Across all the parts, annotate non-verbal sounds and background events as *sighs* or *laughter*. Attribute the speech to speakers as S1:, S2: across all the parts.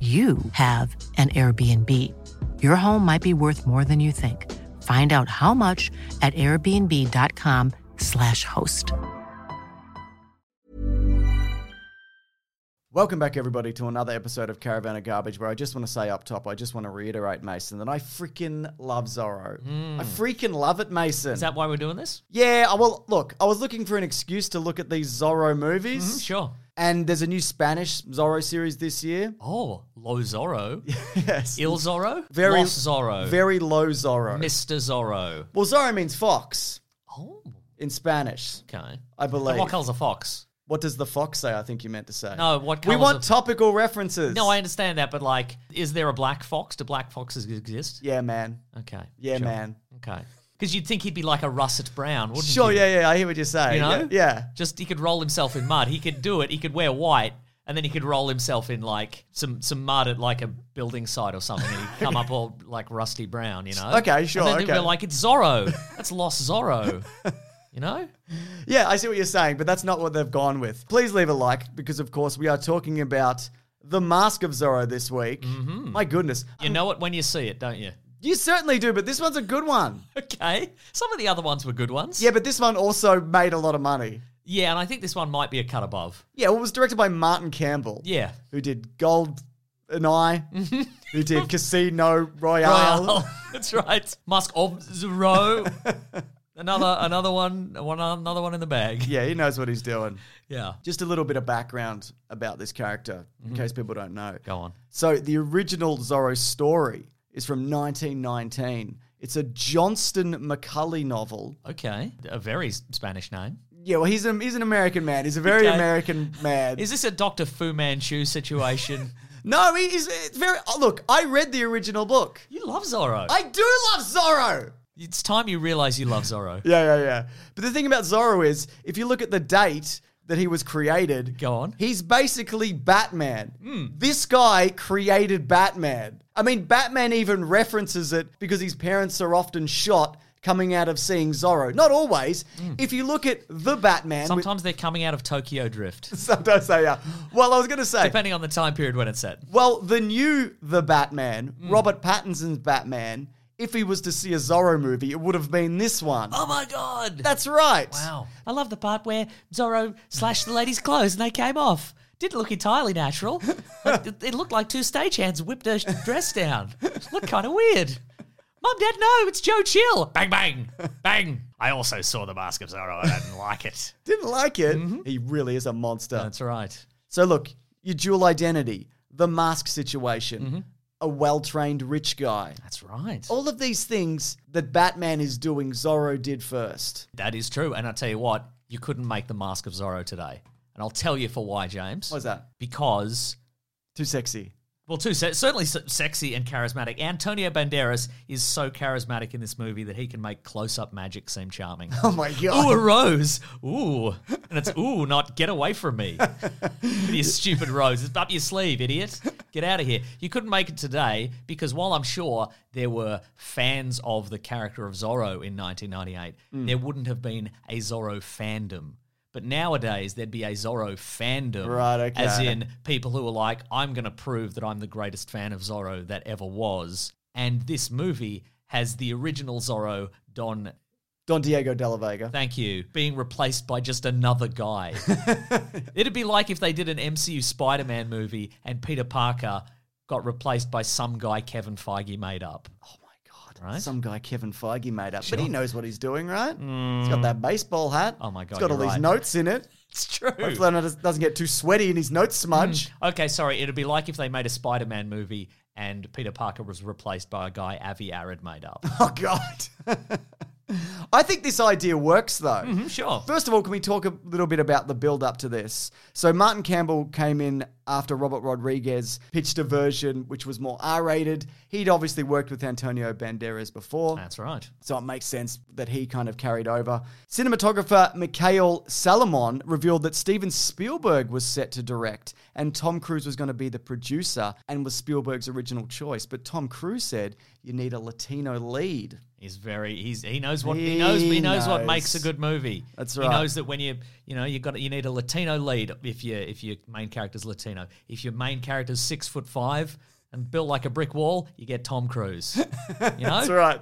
S1: you have an Airbnb. Your home might be worth more than you think. Find out how much at airbnb.com/slash host.
S2: Welcome back, everybody, to another episode of Caravan of Garbage. Where I just want to say up top, I just want to reiterate, Mason, that I freaking love Zorro. I freaking love it, Mason.
S3: Hmm. Is that why we're doing this?
S2: yeah, I- well, look, I was looking for an excuse to look at these Zorro movies.
S3: Mm-hmm, Sure.
S2: And there's a new Spanish Zorro series this year.
S3: Oh, low Zorro,
S2: *laughs* yes.
S3: ill Zorro,
S2: Very-
S3: lost Zorro,
S2: Very low Zorro.
S3: Mr. Zorro.
S2: well, Zorro means fox
S3: Oh,
S2: in Spanish,
S3: okay.
S2: I
S3: And
S2: believe.
S3: what color's a fox?
S2: What does the fox say? I think you meant to say.
S3: No, what
S2: We
S3: colours
S2: want
S3: of-
S2: topical references.
S3: No, I understand that, but like, is there a black fox? Do black foxes exist?
S2: Yeah, man.
S3: Okay.
S2: Yeah,
S3: Uh, sure.
S2: man.
S3: Okay. Because you'd think he'd be like a russet brown, wouldn't
S2: Sure,
S3: you?
S2: yeah, yeah. I hear what you're saying.
S3: You know?
S2: Yeah. yeah.
S3: Just he could roll himself in mud. He could do it. He could wear white, and then he could roll himself in like some some mud at like a building site or something, and he'd come up all like rusty brown. You know?
S2: Okay, sure,
S3: And then they'd be
S2: okay.
S3: like, "It's Zorro. That's lost Zorro." You know?
S2: Yeah, I see what you're saying, but that's not what they've gone with. Please leave a like because, of course, we are talking about The Mask of Zorro this week. My goodness.
S3: Mm-hmm. You know it when you see
S2: *laughs*
S3: it, don't you?
S2: You certainly do, but this one's a good one.
S3: Okay. Some of the other ones were good ones.
S2: Yeah, but this one also made a lot of money.
S3: Yeah, and I think this one might be a cut above.
S2: Yeah, well, it was directed by Martin Campbell.
S3: Yeah.
S2: Who did Gold and
S3: *laughs*
S2: I, who did Casino Royale.
S3: Royale. *laughs* That's right. Musk
S2: *laughs*
S3: of Zorro. another another one, one another one in the bag.
S2: Yeah, he knows what he's doing.
S3: Yeah.
S2: Just a little bit of background about this character, in case people don't know.
S3: Mm-hmm. Go on.
S2: So the original Zorro story is from 1919. It's a Johnston McCulley novel.
S3: Okay. A very s- Spanish name.
S2: Yeah, well, he's, a, he's an American man. He's a very
S3: Okay.
S2: American man.
S3: Is this a Dr. Fu Manchu *laughs* situation?
S2: no, he is it's very. Oh, look, I read the original book.
S3: you love Zorro.
S2: I do love Zorro.
S3: it's time you realize you love Zorro.
S2: Yeah, yeah, yeah. But the thing about Zorro is, if you look at the date that he was created,
S3: Go on. Hmm.
S2: He's basically Batman. This guy created Batman. I mean, Batman even references it because his parents are often shot coming out of seeing Zorro. Not always. If you look at the Batman, which- *laughs*
S3: Hmm. Sometimes they're coming out of Tokyo *laughs* Drift,
S2: sometimes they are. Well, I was going to say.
S3: depending on the time period when it's set.
S2: Well, the new The Batman,
S3: Hmm.
S2: Robert Pattinson's Batman, if he was to see a Zorro movie, it would have been this one.
S3: Oh my god.
S2: That's right.
S3: Wow. I love the part where Zorro slashed the lady's clothes and they came off. Didn't look entirely natural. *laughs* Like, it- it looked like two stagehands whipped her dress down. Looked kind of weird. Mum, Dad, no, it's Joe Chill. Bang, bang, bang. I also saw the Mask of Zorro. I didn't like it.
S2: Didn't like it. He really is a monster.
S3: *laughs* Mm-hmm. That's right.
S2: So look, your dual identity, the mask situation,
S3: Mm-hmm.
S2: a well-trained rich guy.
S3: That's right.
S2: All of these things that Batman is doing, Zorro did first.
S3: That is true. And I tell you what, you couldn't make the Mask of Zorro today. And I'll tell you for why, James.
S2: What's that?
S3: Because
S2: Too sexy.
S3: Well, too se- certainly se- sexy and charismatic. Antonio Banderas is so charismatic in this movie that he can make close-up magic seem *laughs* charming.
S2: Oh *laughs* my
S3: Ooh, a
S2: god.
S3: rose. Ooh, and it's ooh, not get away from me. *laughs* you stupid rose. It's up your sleeve, idiot. Get out of here. You couldn't make it today because while I'm sure there were fans of the character of Zorro in 1998,
S2: Mm.
S3: there wouldn't have been a Zorro fandom. But nowadays there'd be a Zorro fandom,
S2: Right, okay.
S3: as in people who are like, I'm going to prove that I'm the greatest fan of Zorro that ever was. And this movie has the original Zorro, Don
S2: Don Diego De La Vega.
S3: Thank you. Being replaced by just another
S2: *laughs*
S3: guy. It'd be like if they did an MCU Spider Man movie and Peter Parker got replaced by some guy Kevin Feige made up.
S2: Oh my God.
S3: Right?
S2: Some guy Kevin Feige made up, but he knows what he's doing, right? He's got that baseball hat.
S3: Mm. Oh my God,
S2: He's got all
S3: you're
S2: these
S3: right.
S2: notes in it.
S3: *laughs* It's true. Mm.
S2: Hopefully, it doesn't get too sweaty and his notes smudge. *laughs*
S3: Okay, sorry. It'd be like if they made a Spider Man movie and Peter Parker was replaced by a guy Avi Arad
S2: *laughs*
S3: made up.
S2: Oh God. I think this idea works though.
S3: Mm, sure.
S2: First of all, can we talk a little bit about the build up to this? So, Martin Campbell came in after Robert Rodriguez pitched a version which was more R rated. He'd obviously worked with Antonio Banderas before.
S3: That's right.
S2: So it makes sense that he kind of carried over. Cinematographer Mikhail Salomon revealed that Steven Spielberg was set to direct and Tom Cruise was going to be the producer and was Spielberg's original choice. But Tom Cruise said, you need a Latino lead.
S3: He's very he's he knows what he,
S2: He
S3: knows he knows, what
S2: knows.
S3: makes a good movie.
S2: That's
S3: He
S2: right.
S3: knows that when you you know you got you need a Latino lead if you if your main character's Latino. If your main character's six foot five and built like a brick wall, you get
S2: *laughs*
S3: Tom Cruise. You know?
S2: That's right.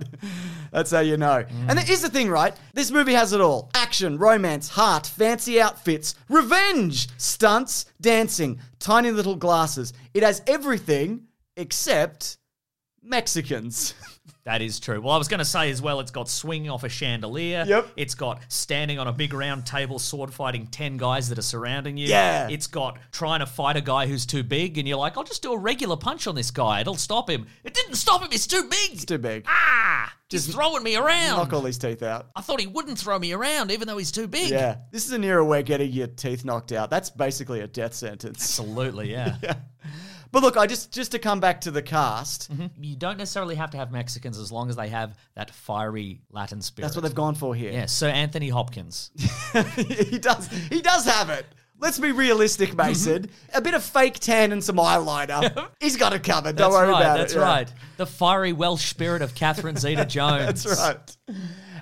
S2: That's how you know. And it is the thing, right? This movie has it all action, romance, heart, fancy outfits, revenge, stunts, dancing, tiny little glasses. It has everything except Mexicans. *laughs*
S3: That is true. Well, I was going to say as well, it's got swinging off a chandelier.
S2: Yep.
S3: It's got standing on a big round table, sword fighting 10 guys that are surrounding you.
S2: Yeah.
S3: It's got trying to fight a guy who's too big, and you're like, I'll just do a regular punch on this guy. It'll stop him. It didn't stop him. It's too big.
S2: It's too big.
S3: ah! Just throwing me
S2: Knock
S3: around.
S2: all these teeth out.
S3: I thought he wouldn't throw me around, even though he's too big.
S2: Yeah. This is an era where getting your teeth knocked out, that's basically a death sentence. *laughs*
S3: Absolutely, yeah.
S2: But look, I just just to come back to the cast,
S3: You don't necessarily have to have Mexicans as long as they have that fiery Latin spirit.
S2: that's what they've gone for here.
S3: Yeah, Sir
S2: *laughs*
S3: Anthony Hopkins.
S2: he does he does have it. Let's be realistic,
S3: Mm-hmm.
S2: Mason. A bit of fake tan and some
S3: *laughs*
S2: eyeliner. He's got it covered. Don't
S3: That's
S2: worry
S3: right,
S2: about
S3: that's
S2: it. yeah.
S3: right. The fiery Welsh spirit of Catherine Zeta Jones.
S2: *laughs* That's right.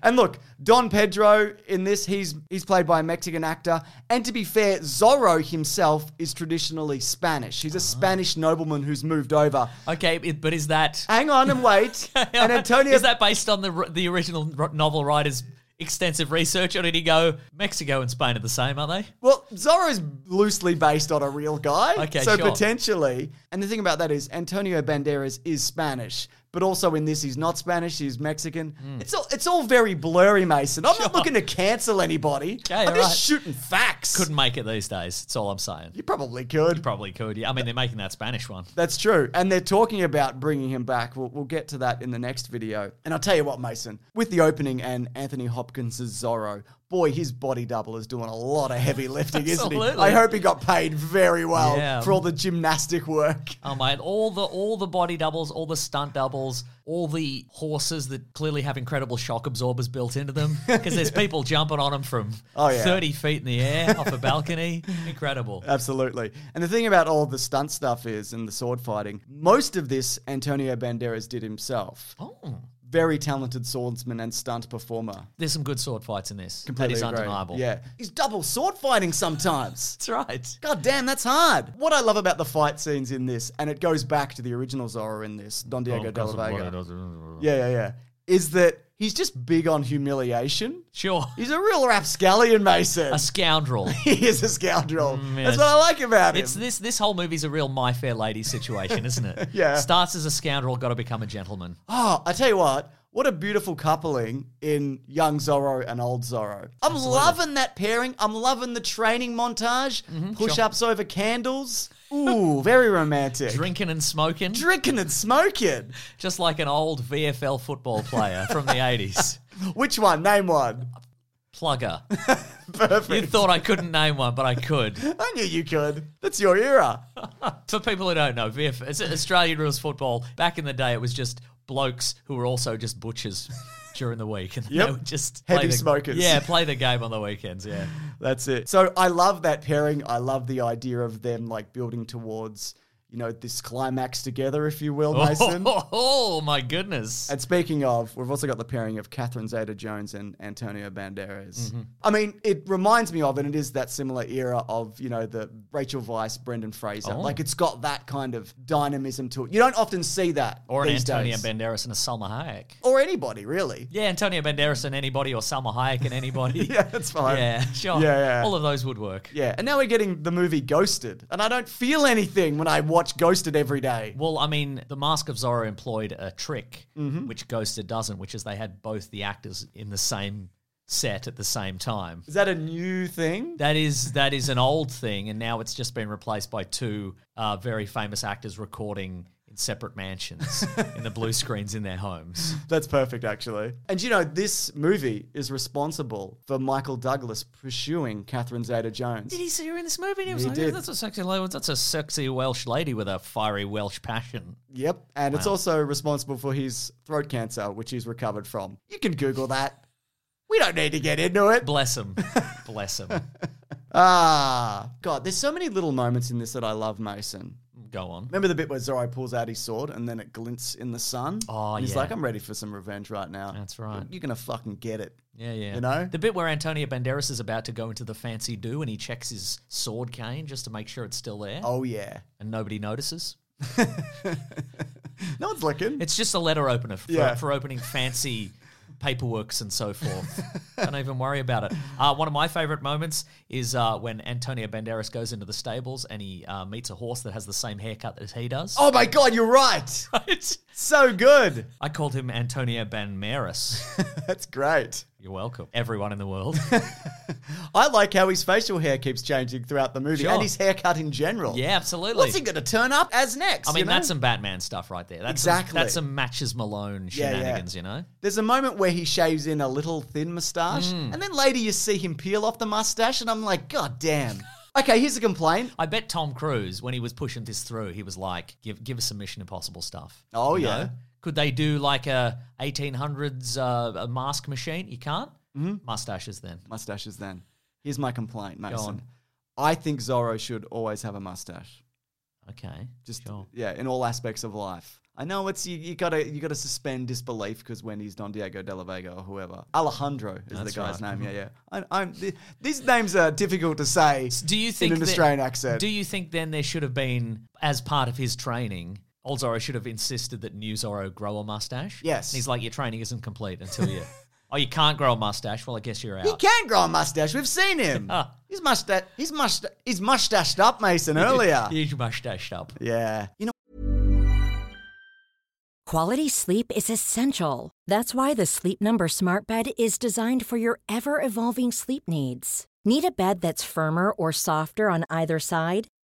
S2: And look, Don Pedro in this, he's he's played by a Mexican actor. And to be fair, Zorro himself is traditionally Spanish.
S3: Ah.
S2: He's a Spanish nobleman who's moved over.
S3: Okay, it- but is that
S2: Hang on
S3: *laughs*
S2: and wait. *laughs* and Antonio
S3: is that based on the r- the original r- novel writer's extensive research, or did he go Mexico and Spain are the same? Are they?
S2: Well, Zorro's loosely based on a real guy.
S3: Okay,
S2: so
S3: sure.
S2: potentially. And the thing about that is Antonio Banderas is Spanish, but also in this he's not Spanish, he's Mexican.
S3: Hmm.
S2: It's all it's all very blurry, Mason. I'm not looking to cancel anybody.
S3: Okay,
S2: I'm
S3: all
S2: just
S3: right.
S2: shooting facts.
S3: Couldn't make it these days. That's all I'm saying.
S2: you probably could.
S3: Probably could. Yeah, I mean they're making that Spanish one.
S2: That's true. And they're talking about bringing him back. We'll, we'll get to that in the next video. And I'll tell you what, Mason, with the opening and Anthony Hopkins' Zorro, boy, his body double is doing a lot of heavy lifting, isn't he?
S3: Absolutely.
S2: I hope he got paid very well
S3: Yeah.
S2: for all the gymnastic work. *laughs*
S3: Oh mate, all the all the body doubles, all the stunt doubles, all the horses that clearly have incredible shock absorbers built
S2: *laughs*
S3: into them because there's people jumping on them from
S2: Oh, yeah.
S3: 30 feet in the air off a balcony. Incredible.
S2: Absolutely. And the thing about all the stunt stuff is, and the sword fighting, most of this Antonio Banderas did himself.
S3: Oh.
S2: Very talented swordsman and stunt performer.
S3: There's some good sword fights in this.
S2: Completely
S3: that is
S2: agree.
S3: undeniable.
S2: Yeah. He's double sword fighting sometimes.
S3: That's right.
S2: God damn, that's hard. What I love about the fight scenes in this, and it goes back to the original Zorro in this,
S3: Oh,
S2: Don Diego de la Vega. Yeah, yeah, yeah. Is that he's just big on humiliation.
S3: Sure.
S2: He's a real rapscallion, Mason.
S3: A
S2: *laughs*
S3: scoundrel.
S2: he is a scoundrel.
S3: yes.
S2: That's what I like about him.
S3: It's this this whole movie's a real My Fair Lady situation, isn't it?
S2: *laughs* Yeah.
S3: Starts as a scoundrel, gotta become a gentleman.
S2: Oh, I tell you what, what a beautiful coupling in young Zorro and old Zorro. I'm loving that pairing. I'm loving the training montage,
S3: Mm-hmm,
S2: push ups over candles. Ooh, very romantic.
S3: Drinking and smoking.
S2: Drinking and smoking.
S3: just like an old VFL football player from the
S2: *laughs*
S3: eighties.
S2: Which one? Name one.
S3: Plugger. You
S2: Perfect.
S3: thought I couldn't name one, but I could.
S2: I knew you could. That's your era.
S3: For people who don't know, VFL it's Australian rules football. Back in the day it was just blokes who were also just butchers during the week. And
S2: Yep.
S3: they would just
S2: Heavy
S3: the,
S2: smokers.
S3: Yeah, play the game on the weekends, yeah.
S2: That's it. So I love that pairing. I love the idea of them like building towards you know, this climax together, if you will, Mason.
S3: *laughs* Oh, my goodness.
S2: And speaking of, we've also got the pairing of Catherine Zeta Jones and Antonio Banderas.
S3: Mm-hmm.
S2: I mean, it reminds me of, and it is that similar era of, you know, the Rachel Weisz, Brendan Fraser.
S3: Oh.
S2: Like, it's got that kind of dynamism to it. You don't often see that.
S3: Or an
S2: these
S3: Antonio
S2: days.
S3: Banderas and a Salma Hayek.
S2: Or anybody, really.
S3: Yeah, Antonio Banderas and anybody, or Salma Hayek and anybody.
S2: *laughs* Yeah, that's fine.
S3: Yeah, sure.
S2: Yeah, yeah.
S3: All of those would work.
S2: Yeah, and now we're getting the movie Ghosted, and I don't feel anything when I watch Ghosted every day.
S3: Well, I mean, The Mask of Zorro employed a trick,
S2: Mm-hmm.
S3: which Ghosted doesn't, which is they had both the actors in the same set at the same time.
S2: Is that a new thing?
S3: That is that is an old thing, and now it's just been replaced by two uh, very famous actors recording in
S2: *laughs*
S3: separate mansions in the blue screens in their homes.
S2: That's perfect, actually. And you know, this movie is responsible for Michael Douglas pursuing Catherine Zeta Jones.
S3: Did he see her in this movie? And he was
S2: He
S3: like,
S2: did.
S3: "That's a sexy, la- that's a sexy Welsh lady with a fiery Welsh passion."
S2: Yep. And it's also responsible for his throat cancer, which he's recovered from. You can Google that. We don't need to get into it. *laughs*
S3: Bless him, bless him.
S2: Ah, God, there's so many little moments in this that I love, Mason.
S3: Go on.
S2: Remember the bit where Zorro pulls out his sword and then it glints in the sun?
S3: Oh,
S2: and he's
S3: yeah.
S2: like, I'm ready for some revenge right now.
S3: That's right.
S2: You're going to fucking get it.
S3: Yeah, yeah.
S2: You know?
S3: The bit where Antonio Banderas is about to go into the fancy do and he checks his sword cane just to make sure it's still there
S2: Oh, yeah.
S3: and nobody notices.
S2: No one's looking.
S3: It's just a letter opener for,
S2: Yeah.
S3: for
S2: *laughs*
S3: opening fancy paperworks and so forth. Don't even worry about it. Uh, one of my favorite moments is uh, when Antonio Banderas goes into the stables and he uh, meets a horse that has the same haircut as he does.
S2: oh, my God, you're right.
S3: *laughs* Right?
S2: so good. *laughs*
S3: I called him Antonio Banderas.
S2: That's great.
S3: You're welcome. Everyone in the world.
S2: *laughs* I like how his facial hair keeps changing throughout the movie
S3: Sure.
S2: and his haircut in general.
S3: Yeah, absolutely.
S2: What's he going to turn up as next?
S3: I mean,
S2: you know?
S3: that's some Batman stuff right there. That's Some,
S2: Exactly.
S3: that's some matches Malone
S2: Yeah, yeah.
S3: shenanigans, you know?
S2: There's a moment where he shaves in a little thin mustache,
S3: Mm.
S2: and then later you see him peel off the mustache, and I'm like, God damn. Okay, here's a complaint.
S3: I bet Tom Cruise, when he was pushing this through, he was like, give, give us some Mission Impossible stuff.
S2: Oh,
S3: You
S2: yeah.
S3: know? Could they do like a 1800s uh, a mask machine? You can't?
S2: Mm-hmm.
S3: Mustaches then.
S2: Mustaches then. Here's my complaint, Mason.
S3: on.
S2: I think Zorro should always have a mustache.
S3: Okay.
S2: Just
S3: sure.
S2: yeah, in all aspects of life. I know it's you, you gotta you gotta suspend disbelief because when he's Don Diego de la Vega or whoever. Alejandro is
S3: That's
S2: the guy's
S3: right. Mm-hmm.
S2: name. Yeah, yeah. I, I'm th- these names are difficult to say
S3: Do you think
S2: in an
S3: that-
S2: Australian accent.
S3: Do you think then there should have been, as part of his training, old Zorro should have insisted that new Zorro grow a mustache?
S2: Yes.
S3: And he's like, your training isn't complete until
S2: *laughs*
S3: you. oh, you can't grow a mustache. Well, I guess you're out.
S2: He can grow a mustache. We've seen him.
S3: *laughs* Ah.
S2: He's mustache. He's mustache. He's mustached up,
S3: *laughs*
S2: Mason. Earlier.
S3: Huge mustache up.
S2: yeah. You know
S4: Quality sleep is essential. That's why the Sleep Number Smart Bed is designed for your ever evolving sleep needs. Need a bed that's firmer or softer on either side?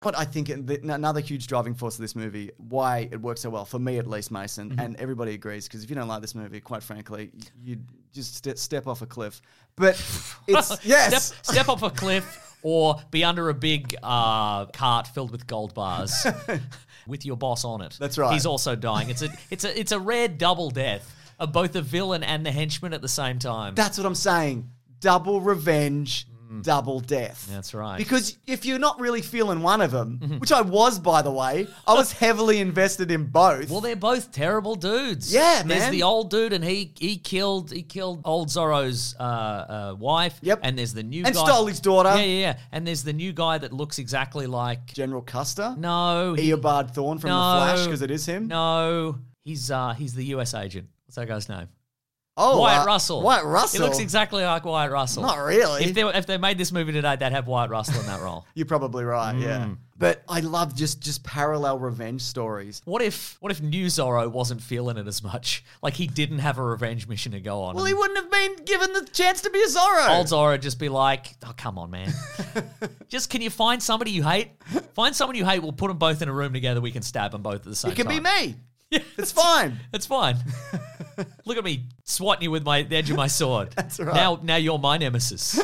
S2: But I think it- th- another huge driving force of this movie, why it works so well, for me at least, Mason,
S3: Mm-hmm.
S2: and everybody agrees, because if you don't like this movie, quite frankly, y- you'd just ste step off a cliff.
S3: *laughs*
S2: But it's, yes.
S3: Step, step off a cliff or be under a big uh, cart filled with gold
S2: *laughs*
S3: bars with your boss on it.
S2: That's right.
S3: He's also dying. It's a it's a it's a rare double death of both the villain and the henchman at the same time.
S2: That's what I'm saying. Double revenge, double death.
S3: Mm. That's right. Mm-hmm.
S2: Because if you're not really feeling one of them, which I was, by the way, I was heavily invested in both.
S3: well, they're both terrible dudes.
S2: Yeah,
S3: There's
S2: man.
S3: the old dude, and he he killed he killed old Zorro's uh, uh, wife.
S2: Yep.
S3: And there's the new
S2: And
S3: guy.
S2: stole his daughter.
S3: Yeah, yeah, yeah. And there's the new guy that looks exactly like
S2: General Custer?
S3: no he-
S2: Eobard Thorne from
S3: No.
S2: The Flash, because it is him?
S3: No, he's uh he's the U.S. agent. What's that guy's name?
S2: Oh, uh,
S3: Wyatt Russell.
S2: Wyatt Russell.
S3: He looks exactly like Wyatt Russell.
S2: Not really.
S3: If they were- if they made this movie today, they'd have Wyatt Russell in
S2: *laughs*
S3: that role.
S2: You're probably right, yeah. But I love just just parallel revenge stories.
S3: What if what if New Zorro wasn't feeling it as much? Like he didn't have a revenge mission to go on.
S2: Well, he wouldn't have been given the chance to be a Zorro.
S3: Old Zorro just be like, "Oh, come
S2: *laughs*
S3: on, man! just can you find somebody you hate? Find someone you hate. We'll put them both in a room together. We can stab them both at the same
S2: it could
S3: time.
S2: be me. It's fine.
S3: That's
S2: *laughs*
S3: fine. Look at me swatting you with my the edge of my sword.
S2: *laughs*
S3: That's
S2: right.
S3: Now, now you're my nemesis.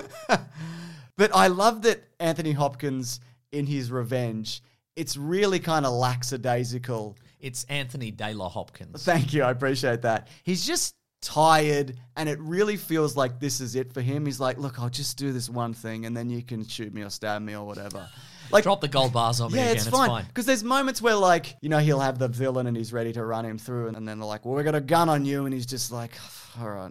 S2: But I love that Anthony Hopkins in his revenge, it's really kind of lackadaisical.
S3: It's Anthony De La Hopkins.
S2: Thank you, I appreciate that. He's just tired and it really feels like this is it for him. He's like, look, I'll just do this one thing and then you can shoot me or stab me or whatever. Like
S3: Drop the gold bars on me
S2: yeah,
S3: again.
S2: it's fine. Because there's moments where, like, you know, he'll have the villain and he's ready to run him through, and, and then they're like, "Well, we got a gun on you," and he's just like, *sighs* "All right,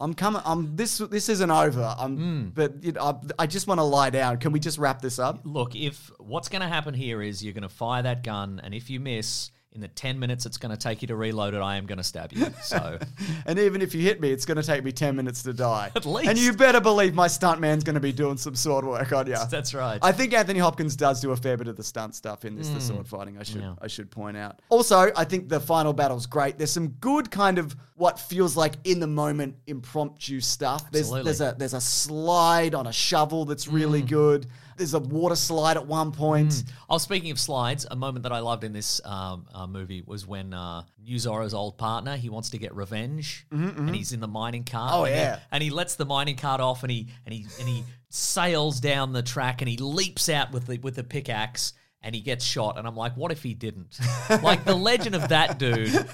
S2: I'm coming. I'm this. This isn't over. I'm,
S3: Hmm.
S2: but you know, I, I just want to lie down. Can we just wrap this
S3: *laughs*
S2: up?"
S3: Look, if what's going to happen here is you're going to fire that gun, and if you miss in the ten minutes it's going to take you to reload it, I am going to stab you.
S2: *laughs*
S3: So
S2: And even if you hit me, it's going to take me ten minutes to die.
S3: *laughs* At
S2: And
S3: least.
S2: you better believe my stuntman's going to be doing some sword work on you.
S3: that's right.
S2: I think Anthony Hopkins does do a fair bit of the stunt stuff in this,
S3: Mm.
S2: the sword fighting. I should I should point out. Also, I think the final battle's great. There's some good kind of what feels like in the moment impromptu stuff. There's
S3: Absolutely. Mm.
S2: there's a there's a slide on a shovel that's really good. There's a water slide at one point.
S3: Oh, speaking of slides, a moment that I loved in this um, uh, movie was when uh, New Zorro's old partner he wants to get revenge, and he's in the mining cart.
S2: Mm-hmm, Oh,
S3: and he-
S2: yeah.
S3: and he lets the mining cart off, and he and he and he sails down the track, and he leaps out with the with the pickaxe. And he gets shot, and I'm like, "What if
S2: *laughs*
S3: he didn't? like the legend of that dude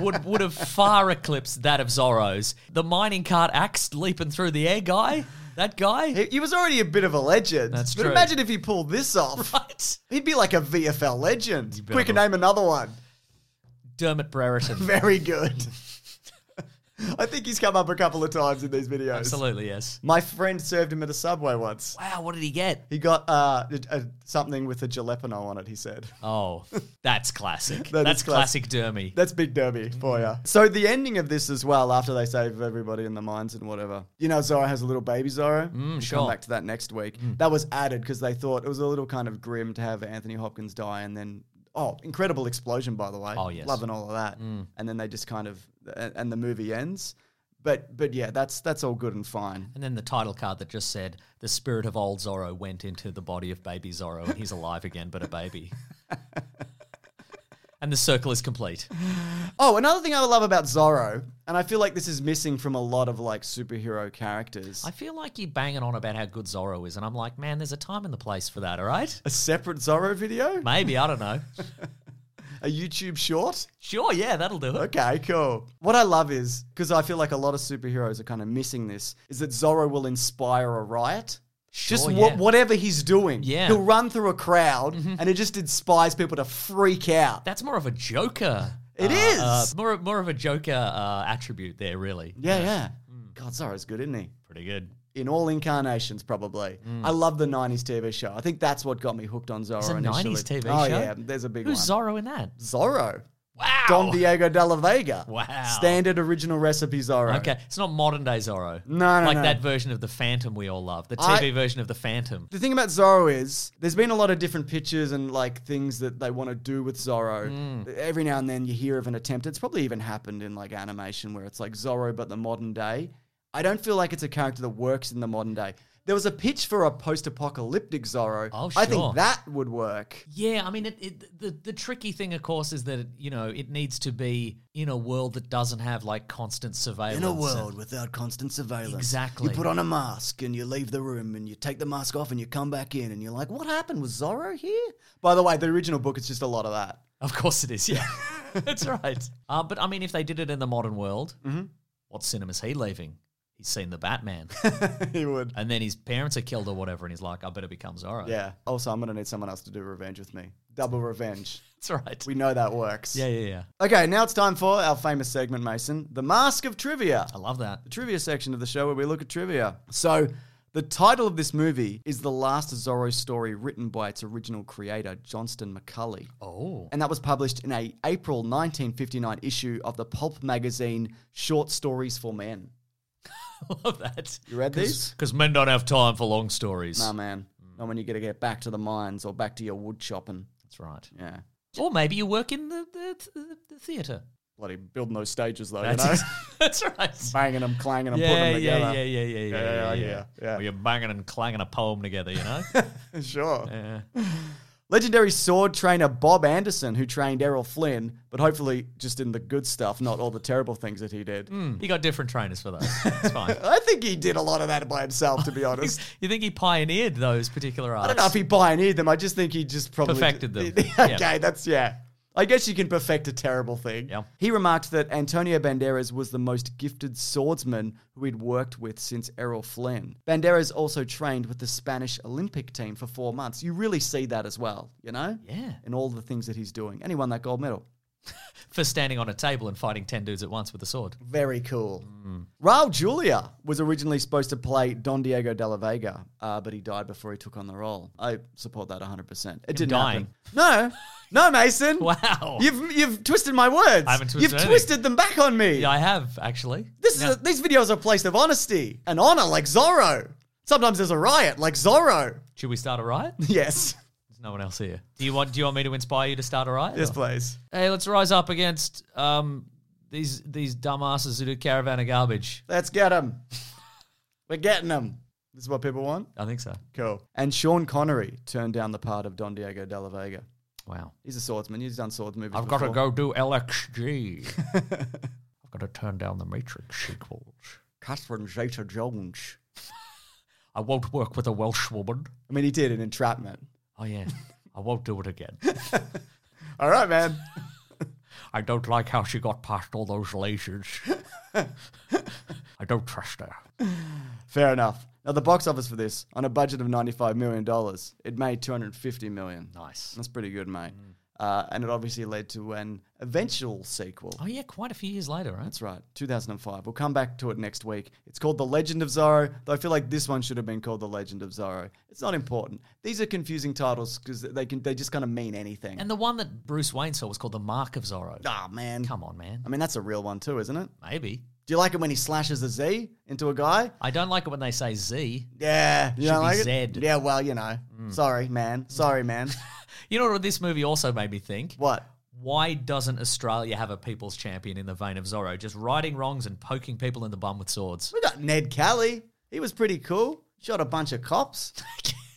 S3: would would have far eclipsed that of Zorro's. The mining cart axe leaping through the air guy, that guy,
S2: He, he was already a bit of a legend.
S3: That's
S2: but
S3: true.
S2: imagine if he pulled this off.
S3: *laughs* right?
S2: He'd be like a VFL legend.
S3: better
S2: Quick,
S3: be-
S2: name another one.
S3: Dermot Brereton,
S2: *laughs* Very good.
S3: *laughs*
S2: I think he's come up a couple of times in these videos.
S3: absolutely yes.
S2: My friend served him at a subway once.
S3: Wow, what did he get?
S2: He got uh, a, a- something with a jalapeno on it, he said. *laughs*
S3: Oh, that's classic.
S2: That
S3: that's
S2: is classic.
S3: classic Dermy.
S2: That's big derby for you. So the ending of this as well, after they save everybody in the mines and whatever. You know, Zorro has a little baby Zorro. Mm, Come
S3: sure. Mm.
S2: back to that next week. That was added because they thought it was a little kind of grim to have Anthony Hopkins die and then. Oh, incredible explosion, by the way.
S3: Oh, yes. Mm.
S2: Loving all of that. And then they just kind of, and, and the movie ends. But but yeah, that's that's all good and fine.
S3: And then the title card that just said, The spirit of old Zorro went into the body of baby Zorro, and he's alive again, but
S2: *laughs*
S3: a baby. and the circle is complete.
S2: Oh, another thing I love about Zorro, and I feel like this is missing from a lot of like superhero characters.
S3: I feel like you're banging on about how good Zorro is, and I'm like, man, there's a time and the place for that, all right?
S2: a separate Zorro video?
S3: Maybe, I
S2: *laughs*
S3: don't know.
S2: A YouTube short?
S3: Sure, yeah, that'll do it.
S2: Okay, cool. What I love is, because I feel like a lot of superheroes are kind of missing this, is that Zorro will inspire a riot. just
S3: Sure,
S2: wha-
S3: yeah.
S2: whatever he's doing.
S3: Yeah. Mm-hmm.
S2: He'll run through a crowd and it just inspires people to freak out.
S3: That's more of a Joker.
S2: It
S3: It
S2: is.
S3: is more more of a Joker uh, attribute there, really.
S2: yeah, yeah. God, Zorro's good, isn't he?
S3: Mm. Pretty good. Mm.
S2: In all incarnations, probably. I love the 90s TV show. I think that's what got me hooked on Zorro
S3: It's a
S2: initially.
S3: nineties TV
S2: oh,
S3: show.
S2: yeah, there's a big
S3: Who's
S2: one.
S3: Zorro in that?
S2: Zorro?
S3: Wow.
S2: Don Diego de la Vega.
S3: Wow.
S2: Standard original recipe Zorro.
S3: Okay, it's not modern day Zorro.
S2: No, no,
S3: like
S2: no.
S3: that version of the Phantom we all love, the
S2: I-
S3: TV version of the Phantom.
S2: The thing about Zorro is there's been a lot of different pictures and like things that they want to do with Zorro.
S3: Mm.
S2: Every now and then you hear of an attempt. It's probably even happened in like animation where it's like Zorro but the modern day. I don't feel like it's a character that works in the modern day. There was a pitch for a post-apocalyptic Zorro.
S3: Oh,
S2: I think
S3: sure.
S2: that would work.
S3: Yeah, I mean, it, it, the the tricky thing, of course, is that it, you know it needs to be in a world that doesn't have like constant surveillance.
S2: In a
S3: and-
S2: world without constant surveillance.
S3: Exactly.
S2: You put on a mask and you leave the room and you take the mask off and you come back in and you're like, what happened? Was Zorro here? By the way, the original book is just a lot of that. *laughs*
S3: Of course it is, yeah. *laughs* That's right. Uh, but I mean, if they did it in the modern world,
S2: Mm-hmm.
S3: what cinema's he leaving? He's seen the
S2: *laughs*
S3: Batman.
S2: he would.
S3: and then his parents are killed or whatever, and he's like, I better become Zorro.
S2: Yeah. Also, I'm going to need someone else to do revenge with me. Double revenge.
S3: That's right.
S2: We know that works.
S3: yeah, yeah, yeah.
S2: Okay, now it's time for our famous segment, Mason The Mask of Trivia.
S3: I love that.
S2: The trivia section of the show where we look at trivia. So, the title of this movie is the last Zorro story written by its original creator, Johnston McCulley.
S3: Oh.
S2: And that was published in a April 1959 issue of the pulp magazine Short Stories for Men.
S3: *laughs* I love that.
S2: You read these?
S3: Because men don't have time for long stories.
S2: Nah, man.
S3: Mm.
S2: Not when you got to get back to the mines or back to your wood chopping.
S3: That's right.
S2: Yeah.
S3: Or maybe you work in the, the, the, the theatre.
S2: Bloody building those stages, though,
S3: That's, *laughs*
S2: you know?
S3: that's right.
S2: banging them, clanging them, putting
S3: Yeah,
S2: them
S3: yeah,
S2: together.
S3: yeah, yeah, yeah, yeah,
S2: yeah,
S3: yeah,
S2: yeah, yeah.
S3: Or you're banging and clanging a poem together, you
S2: *laughs*
S3: know?
S2: Sure.
S3: yeah.
S2: *sighs* Legendary sword trainer Bob Anderson, who trained Errol Flynn, but hopefully just in the good stuff, not all the terrible things that he did.
S3: Hmm. You got different trainers for those. It's
S2: *laughs*
S3: fine.
S2: I think he did a lot of that by himself, to be
S3: *laughs*
S2: honest.
S3: You think he pioneered those particular arts?
S2: I don't know if he pioneered them. I just think he just probably *laughs*
S3: Perfected them.
S2: okay, that's yeah. I guess you can perfect a terrible thing.
S3: Yeah.
S2: He remarked that Antonio Banderas was the most gifted swordsman who he'd worked with since Errol Flynn. Banderas also trained with the Spanish Olympic team for four months. You really see that as well, you know?
S3: Yeah.
S2: And all the things that he's doing. And he won that gold medal.
S3: For standing on a table and fighting 10 dudes at once with a sword.
S2: Very cool.
S3: Mm.
S2: Raul Julia was originally supposed to play Don Diego de la Vega, uh, but he died before he took on the role. I support that 100%. It didn't
S3: dying.
S2: happen. No, no, Mason.
S3: *laughs* Wow.
S2: You've, you've twisted my words.
S3: I haven't twisted
S2: You've
S3: anything.
S2: twisted them back on me.
S3: Yeah, I have, actually.
S2: this is a, these videos are a place of honesty and honor, like Zorro. Sometimes there's a riot, like Zorro. *laughs*
S3: Should we start a riot?
S2: Yes.
S3: There's no one else here. Do you want Do you want me to inspire you to start a riot?
S2: Yes, please.
S3: Hey, let's rise up against um, these these dumbasses who do caravan of garbage.
S2: Let's get them. We're getting them. This is what people want.
S3: I think so.
S2: Cool. And Sean Connery turned down the part of Don Diego de la Vega.
S3: Wow.
S2: He's a swordsman. He's done swords movies.
S3: I've got to
S2: before.
S3: go do LXG. *laughs* I've got to turn down the Matrix sequels.
S2: Catherine Zeta Jones.
S3: I won't work with a Welsh woman.
S2: I mean, he did in Entrapment.
S3: Oh, yeah. *laughs* I won't do it again.
S2: All right,
S3: *laughs*
S2: man.
S3: I don't like how she got past all those *laughs* lasers. I don't trust her.
S2: Fair enough. Now, the box office for this, on a budget of $95 million, it made $250 million.
S3: Nice. Mm.
S2: That's pretty good, mate. Uh, and it obviously led to an eventual sequel.
S3: Oh yeah, quite a few years later, right?
S2: That's right, 2005. We'll come back to it next week. It's called The Legend of Zorro, though I feel like this one should have been called The Legend of Zorro. It's not important. These are confusing titles because they can they just kind of mean anything.
S3: And the one that Bruce Wayne saw was called the Mark of Zorro.
S2: Ah, man.
S3: Come on, man.
S2: I mean, that's a real one too, isn't it?
S3: Maybe.
S2: Do you like it when he slashes a Z into a guy?
S3: I don't like it when they say Z.
S2: Yeah, you
S3: Should
S2: don't
S3: be Mm.
S2: like it.
S3: Zed.
S2: Yeah, well, you know. Sorry, man. Sorry,
S3: *laughs*
S2: man.
S3: You know what this movie also made me think?
S2: what?
S3: Why doesn't Australia have a people's champion in the vein of Zorro? Just righting wrongs and poking people in the bum with swords.
S2: *laughs* We got Ned Kelly. He was pretty cool. Shot a bunch of cops.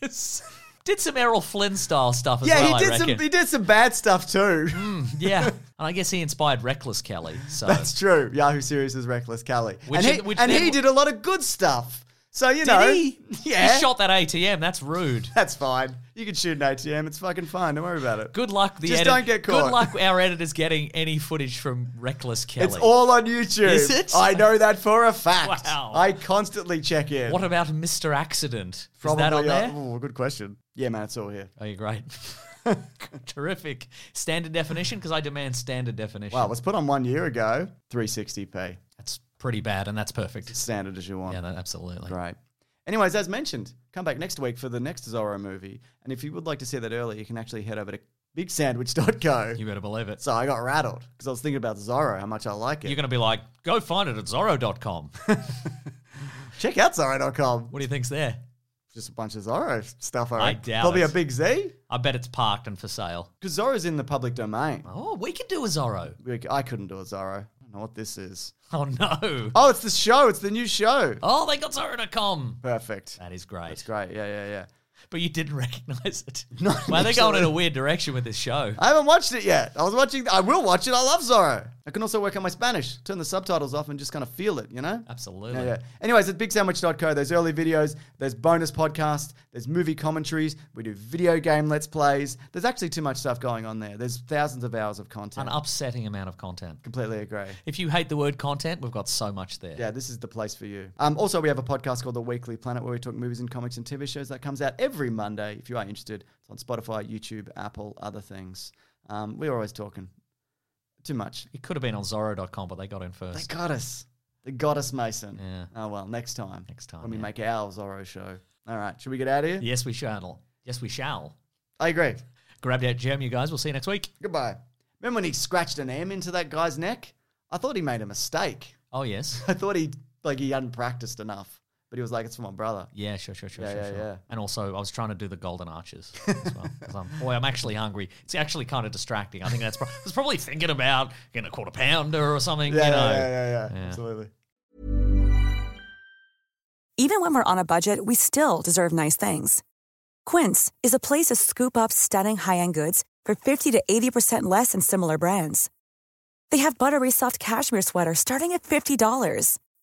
S3: Yes. Did some Errol Flynn style stuff as
S2: yeah,
S3: well,
S2: he did
S3: I
S2: some.
S3: reckon. Mm.
S2: He did some bad stuff too. *laughs*
S3: yeah. And I guess he inspired Reckless Kelly. So
S2: That's true. Yahoo Serious is reckless Kelly,
S3: Which
S2: and he,
S3: is- which
S2: and
S3: then-
S2: he did a lot of good stuff. So you
S3: Did
S2: know, *laughs*
S3: he?
S2: yeah,
S3: He shot that ATM. That's rude.
S2: That's fine. You can shoot an ATM. It's fucking fine. Don't worry about it.
S3: Good luck. The
S2: Just
S3: edit-
S2: don't get
S3: Good
S2: caught.
S3: luck. Our editors getting any footage from Reckless Kelly.
S2: It's all on YouTube.
S3: Is it?
S2: I know that for a fact.
S3: Wow.
S2: I constantly check in.
S3: What about Mr. Accident? Is that on
S2: Probably,
S3: there?
S2: uh, ooh, good question. Yeah, man, it's all here.
S3: Oh,
S2: *laughs*
S3: you're great. Terrific. Standard definition, because I demand standard definition.
S2: Wow, it was put on one year ago. 360p,
S3: That's pretty bad, and that's perfect.
S2: standard as you want.
S3: Yeah, that, absolutely.
S2: Right. Anyways, as mentioned, come back next week for the next Zorro movie. And if you would like to see that earlier, you can actually head over to bigsandwich.co.
S3: *laughs* You better believe it.
S2: So I got rattled because I was thinking about Zorro, how much I like it.
S3: You're going to be like, go find it at Zorro.com.
S2: Check out Zorro.com.
S3: what do you think's there?
S2: Just a bunch of Zorro stuff. I,
S3: I
S2: reckon.
S3: doubt
S2: Probably
S3: it.
S2: a big Z
S3: I bet it's parked and for sale.
S2: because Zorro's in the public domain.
S3: Oh, we could do a Zorro.
S2: We- I couldn't do a Zorro. I don't know what this is.
S3: Oh, no.
S2: Oh, it's the show. It's the new show.
S3: Oh, they got Zorro.com.
S2: Perfect.
S3: That is great.
S2: That's great. Yeah, yeah, yeah.
S3: But you didn't *laughs* recognize it.
S2: No,
S3: Wow, they're going in a
S2: actually.
S3: weird direction with this show.
S2: I haven't watched it yet. I was watching. I will watch it. I love Zorro. I can also work on my Spanish. Turn the subtitles off and just kind of feel it. You know.
S3: Absolutely.
S2: Yeah, yeah. Anyways, at bigsandwich.co, there's early videos, there's bonus podcasts, there's movie commentaries, we do video game let's plays. There's actually too much stuff going on there. There's thousands of hours of
S3: An
S2: content.
S3: upsetting amount of content.
S2: Completely agree.
S3: If you hate the word content, we've got so much there.
S2: Yeah, this is the place for you. Um, also, we have a podcast called The Weekly Planet where we talk movies and comics and TV shows that comes out every Monday. If you are interested, it's on Spotify, YouTube, Apple, other things. Um, we're always talking. Too much.
S3: It could have been on Zorro.com, but they got in
S2: They
S3: first.
S2: got us. They got us, Mason.
S3: Yeah.
S2: Oh, well, next time.
S3: Next time,
S2: When we
S3: yeah.
S2: make our Zorro show. All right, should we get out of here?
S3: yes, we shall. Yes, we shall.
S2: I agree.
S3: Grabbed out gem, you guys. We'll see you next week.
S2: Goodbye. Remember when he scratched an M into that guy's neck? I thought he made a mistake. *laughs*
S3: Oh, yes.
S2: I thought he like he hadn't practiced enough, but he was like, "It's for my brother."
S3: Yeah, sure, sure, sure,
S2: Yeah,
S3: sure,
S2: yeah,
S3: sure.
S2: yeah.
S3: And also, I was trying to do the
S2: *laughs*
S3: golden arches as well. 'cause I'm, boy, I'm actually hungry. It's actually kind of distracting. I think that's pro- I was probably thinking about getting a quarter pounder or something.
S2: yeah,
S3: you know.
S2: yeah, yeah, yeah, yeah.
S3: Yeah.
S2: Absolutely.
S5: Even when we're on a budget, we still deserve nice things. Quince is a place to scoop up stunning high end goods for 50 to 80% less than similar brands. They have buttery soft cashmere sweaters starting at $50,